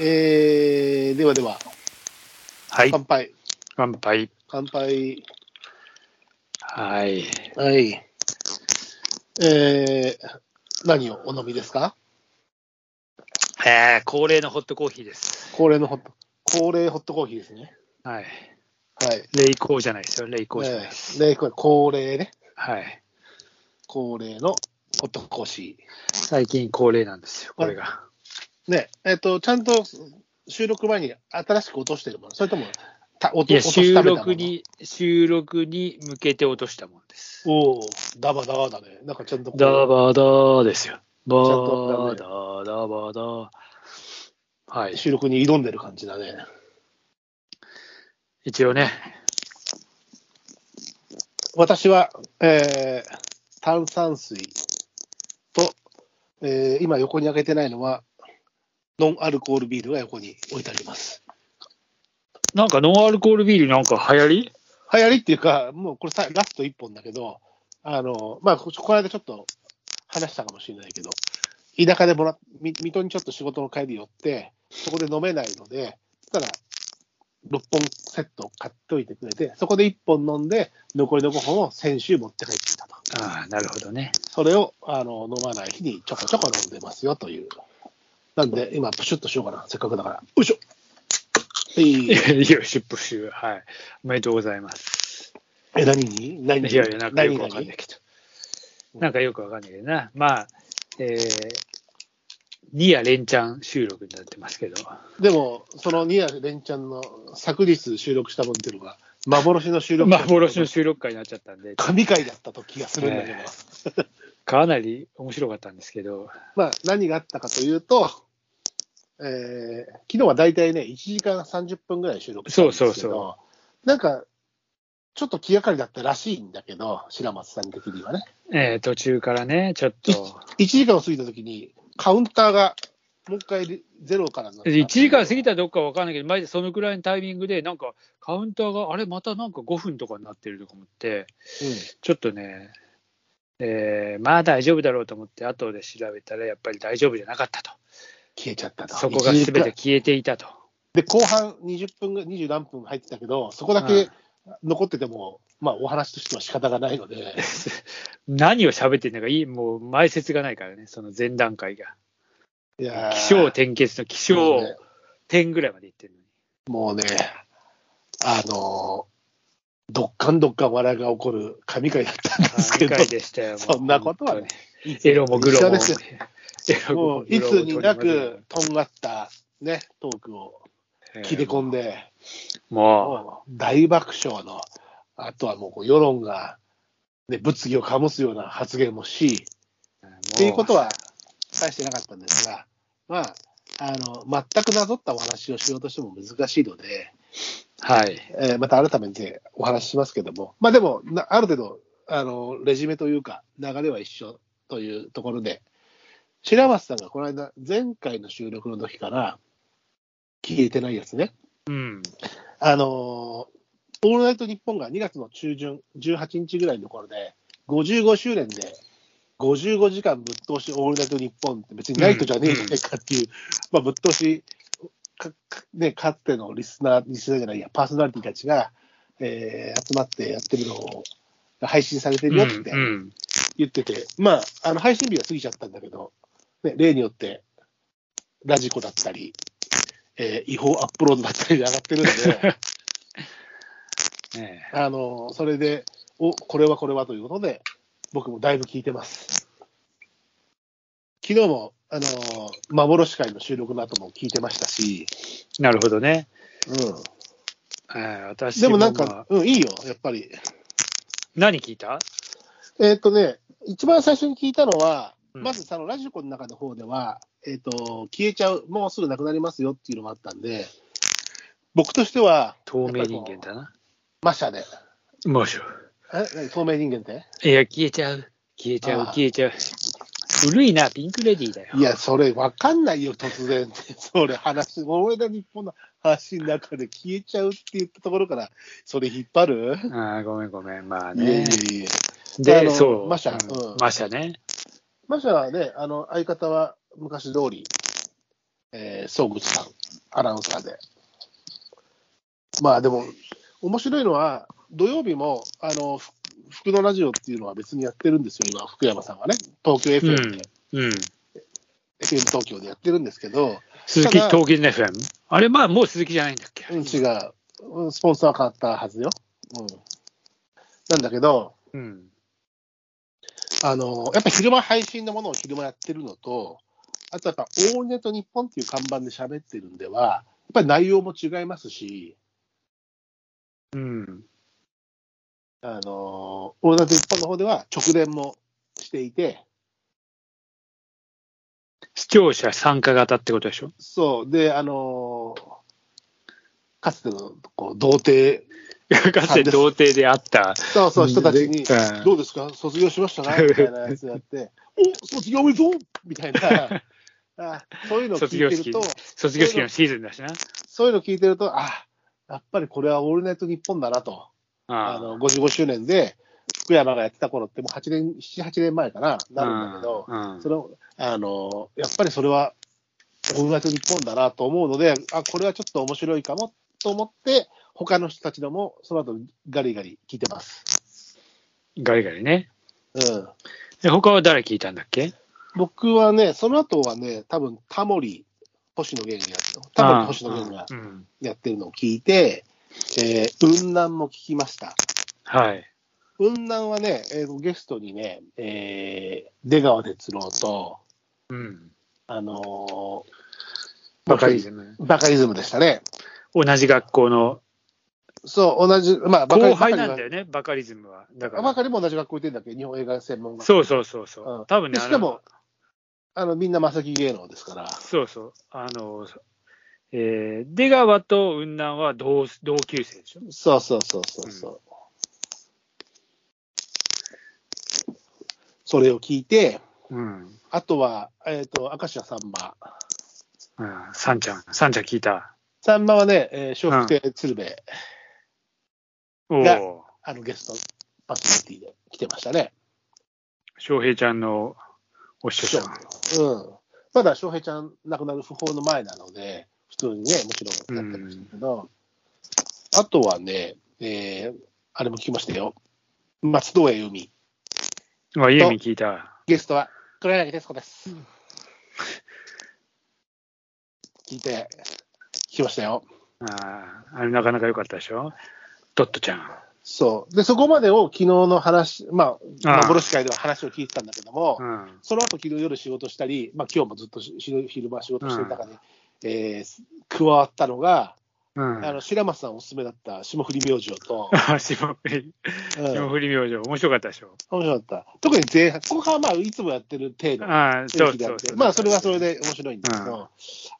えー、ではでは、はい。乾杯。乾杯。乾杯。はい。はい。えー、何をお飲みですかえー、恒例のホットコーヒーです。恒例のホット、恒例ホットコーヒーですね。はい。はい。冷凍じゃないですよ。冷凍じゃないです。えーで、これ恒例ね。はい。恒例のホットコーヒ最近恒例なんですよ、これが。ー。ね、えっ、と、ちゃんと収録前に新しく落としてるもの、それとも、た落いとや、落とし収ためたもの録。に、収録に向けて落としたもんです。おお、ダバダバだね。なんかちゃんとこうダバダーですよ。バとーダー、ダバダー。はい。収録に挑んでる感じだね。一応ね、私は、えー炭酸水と、えー今横に開けてないのは、ノンアルコールビールが横に置いてあります。なんかノンアルコールビールなんか流行り流行りっていうか、もうこれさラスト1本だけど、あの、まあ、ここの間ちょっと話したかもしれないけど、田舎でもらっ、み水戸にちょっと仕事の帰り寄って、そこで飲めないので、そしたら、6本セット買っておいてくれて、そこで1本飲んで、残りの5本を先週持って帰ってきたと。ああ、なるほどね。それをあの飲まない日にちょこちょこ飲んでますよという。なんで、今、プシュッとしようかな、せっかくだから。よいしょはいいや、シップシュー。はい。おめでとうございます。え、何に何にいやいや、なんかよ何く々わかんないけど。なんかよくわかんないけどな。まあ、えー、2夜連チャン収録になってますけど。でも、そのニアレンちゃんの昨日収録した分っていうのが、幻の収録だった幻の収録会になっちゃったんで、神回だったと気がするんだけど、ええかなり面白かったんですけど、まあ、何があったかというと、えー、昨日は大体ね、1時間30分ぐらい収録したんですけど、そうそうそなんか、ちょっと気がかりだったらしいんだけど、白松さん的にはね。えー、途中からね、ちょっと、 1時間を過ぎたときに、カウンターがもう一回ゼロからになった1時間過ぎたらどっかわかんないけど、前でそのくらいのタイミングで、なんかカウンターが、あれ、またなんか5分とかになってるとか思って、ちょっとね、えーまあ大丈夫だろうと思って、後で調べたら、やっぱり大丈夫じゃなかったと。消えちゃったと。そこが1時全て間消えていたと。で、後半20分ぐ、20何分入ってたけど、そこだうけん残ってても、まあ、お話としては仕方がないので、何を喋ってんのか、いいもう前説がないからね、その前段階が。いやー起承転結の起承もうね点ぐらいまでいってるのに。もうね、あのー、どっかんどっかん笑いが起こる神回だったんですけ理ど、解でしたよ。そんなことはね本当に。エロもグロ一緒も。ですよエロももうグいロつもになく、とんがった、ね、トークを切り込んで、ももう大爆笑の、あとはもうこう世論が、ね、物議を醸すような発言もし、う、っっていうことは大してなかったんですが、まあ、あの全くなぞったお話をしようとしても難しいので、はい。えーまた改めてお話ししますけども、まあでも、なある程度あの、レジュメというか、流れは一緒というところで、白松さんがこの間、前回の収録の時から、聞いてないやつね、うん。あのーオールナイトニッポンが2月の中旬、18日ぐらいの頃で、55周年で、55時間ぶっ通しオールナイトニッポンって別にナイトじゃねえじゃないかっていう、まあ、ぶっ通しか、かね、かつてのリスナー、リスナーじゃないや、パーソナリティたちが、えー集まってやってるのを配信されてるよってうん言ってて、まあ、あの配信日は過ぎちゃったんだけど、ね、例によって、ラジコだったり、えー違法アップロードだったりで上がってるんで、ねあのそれで、おこれはこれはということで、僕もだいぶ聞いてます。昨日も、あの幻会の収録の後も聞いてましたし、えなるほどね。うえー私でもなんまかあ、うん、いいよ、やっぱり。何聞いたえーっ、とね、一番最初に聞いたのは、うんまずそのラジコの中の方では、えーっ、と、消えちゃう、もうすぐなくなりますよっていうのもあったんで、僕としては、透明人間だな。マシャで、もうしょ。え何透明人間っていや、消えちゃう。消えちゃう、ああ消えちゃう。古いな、ピンクレディーだよ。いや、それ分かんないよ、突然 って。それ話、俺の日本の話の中で消えちゃうって言ったところから、それ引っ張る、ああ、ごめんごめん。まあいえね。いえいえ。あで、のそう。マシャうんうんマシャね。マシャはね、あの、相方は昔通り、えー、総口さん、アナウンサーで。まあでも、面白いのは、土曜日も、あの、ふ福のラジオっていうのは別にやってるんですよ、今、福山さんはね。東京 FM で、うん。うん。 FM 東京でやってるんですけど、鈴木東京 FM。あれ、まあ、もう鈴木じゃないんだっけ。うん、違う。うんスポンサーは変わったはずよ。うん。なんだけど、うん。あの、やっぱ昼間配信のものを昼間やってるのと、あとやっぱ、オールネット日本っていう看板で喋ってるんでは、やっぱり内容も違いますし、うん。あの、オールネット日本の方では直伝もしていて、視聴者参加型ってことでしょ。 そう、で、あの、かつてのこう童貞、かつて童貞であった。そうそう、人たちに、うんどうですか卒業しましたか みたいなやつやって、お卒業おめでとうみたい な、あそういうのを卒聞業いてる式と、卒業式のシーズンだしな。そういうのを聞いてると、あやっぱりこれはオールナイト日本だなと、あああの55周年で、福山がやってた頃って、もう8年、7、8年前かな、なるんだけど、うんそのあのやっぱりそれはオールナイト日本だなと思うので、あこれはちょっと面白いかもと思って、他の人たちのも、その後ガリガリ聞いてます。ガリガリね。うんで他は誰聞いたんだっけ僕はね、その後はね、多分タモリ、星野源がやってる、タモリ、星野源がああうん。やってるのを聞いて、えー、雲南も聞きました。はい。雲南はね、えーゲストにね、えー出川哲朗と、うん。あのーバカリズム。バカリズムでしたね。同じ学校のそう、同じ、まあ、バカリ後輩なんだよ。よね、バカリズムは。だかバらカリも同じ学校行ってんだっけ日本映画専門学校。そうそうそうそう。うん多分でしね、かあのも、あの、みんな正木芸能ですから。そうそう。あの、えー、出川と雲南は同同級生でしょ。そうそうそうそうそう。それを聞いて、うん。あとは、えっ、と、明石家さんま。うん、サンちゃん、サンちゃん聞いた。さんまはね、えー、笑福亭鶴瓶、おがお、あの、ゲストパーソナリティで来てましたね。翔平ちゃんのお師匠さん。うん。まだ翔平ちゃん亡くなる訃報の前なので、普通にね、もちろんやってましたけど、あとはね、えー、あれも聞きましたよ。松任谷由実。あ、ゆみ聞いた。ゲストは黒柳徹子です。聞いて、聞きましたよ。あーあれ、なかなか良かったでしょ。トットちゃん。そう。で、そこまでを昨日の話、まあ、ああ幻会では話を聞いてたんだけども、うん。その後昨日夜仕事したり、まあ今日もずっとし昼昼間仕事してる中で、えー加わったのが、うん。あの白松さんおすすめだった霜降り明星と、あ、 霜降り、うん、 霜面降り明星、面白かったでしょ。白かった。特に前半、後半はまあいつもやってる程度ああ、そうそうそう。まあ、それはそれ。で面白いんだけど、う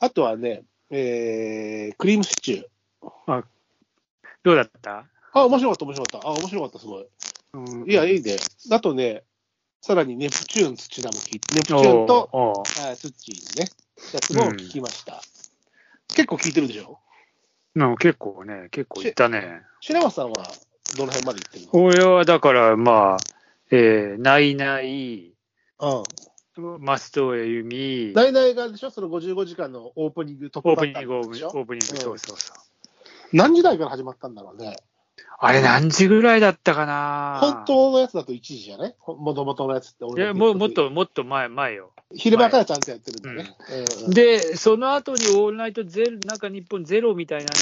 あとはね、えー、クリームシチュー。どうだったあ、面白かった、面白かった。あ、面白かった、すごい。うんいや、いいね。あとね、さらにネプチューン、土田も聞いて、ネプチューンと、おうおうあー、スッチーのね、やつも聞きました。結構聞いてるでしょうん結構ね、結構いったね。白松さんはどの辺まで行ってる俺はだから、まあ、えー、ないない、のうん。マストエユミ、大々がでしょその55時間のオープニングトッオプバープニンッタグ、オーープでニしょング、オープニング、そうそうそう。何時代から始まったんだろうね。あれ何時ぐらいだったかな本当のやつだと1時じゃねもともとのやつってい俺や、もうもっと、もっと前、前よ。昼間からちゃんとやってるんだね。うんうんで、その後にオールナイトゼロ、なんか日本ゼロみたいなんで、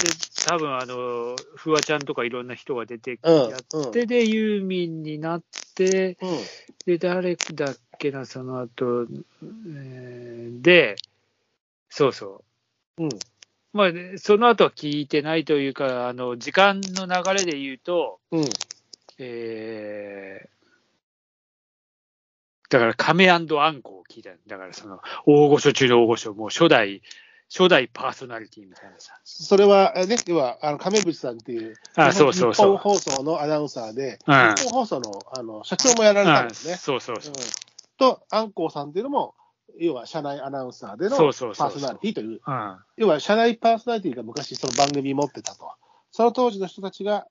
多分あの、フワちゃんとかいろんな人が出てうんやって、で、ユーミンになって、うんで、誰だっけな、その後、えーで、そうそう。うんまあ、ねその後は聞いてないというか、あの、時間の流れで言うと、うんえーだから亀アンコを聞いたのだからその、大御所中の大御所、もう初代、初代パーソナリティみたいなさ。それは、えね、要は、あの亀渕さんっていう、あ、そうそうそ日う。本放送のアナウンサーで、うん日本放送のあの社長もやられたんあですね。そうそうそうう。んと、アンコウさんっていうのも、要は社内アナウンサーでのパそうそうそうーソナリティという、うん。要は社内パーソナリティが昔その番組持ってたと、その当時の人たちが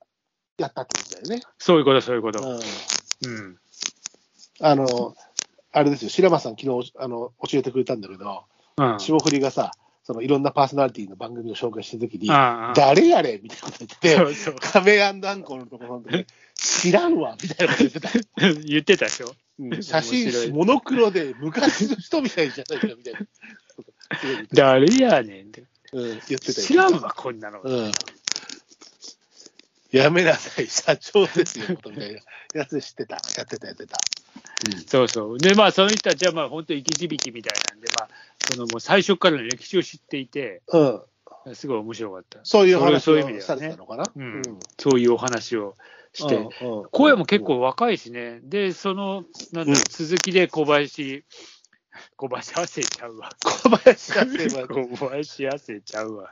やったってことだよね。そういうこと、そういうこと。うんうん。あの、あれですよ、白間さん、昨日あの教えてくれたんだけど、うん。霜降りがさ、そそのいろんなパーソナリティの番組を紹介してるときに、ああ誰やれみたいなこと言ってて、そうそう亀アンダンコのところで、知らんわみたいなこと言ってた。 言ってたでしょ。うん写真面白集、いモノクロで昔の人みたいじゃないかみたいなことすごい言ってた。誰やねんって。うん、言ってたよ知らんわ、こんなの。うん。やめなさい、社長ですよ、みたいなやつ知ってた。やってた、やってた。そうそう。で、まあ、その人たちは、まあ、本当生き字引みたいなんで、まあ、そのもう最初からの歴史を知っていて、うん。すごい面白かった。そういうそれ話そういう意味だよをねされてたのかな。うんそういうお話をして。うんうん声も結構若いしね。で、その、なんだろうんう、続きで小林、小林亜生ちゃ うわ。小林が先輩小林亜生ちゃうわ。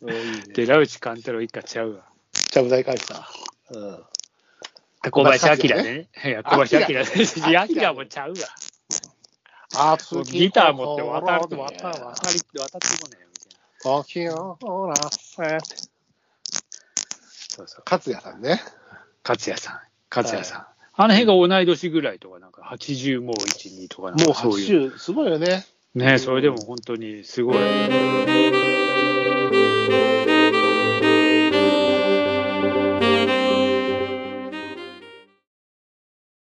うんいいね寺内勘太郎一家ちゃうわ。ちゃぶ台返した。うん。小林明ね。いや、小林明ね。い や、明明もちゃうわ。あ、も次うギター持って渡ると渡る、渡る、わ。渡り渡ってこないよ、みたいな。コーヒーをほら、えそうそう。勝也さんね。勝也さん、勝也さん。あの辺が同い年ぐらいとか、なんか80もう1、2とかなんかもうそういう。 80、すごいよね。ね、それでも本当にすごい。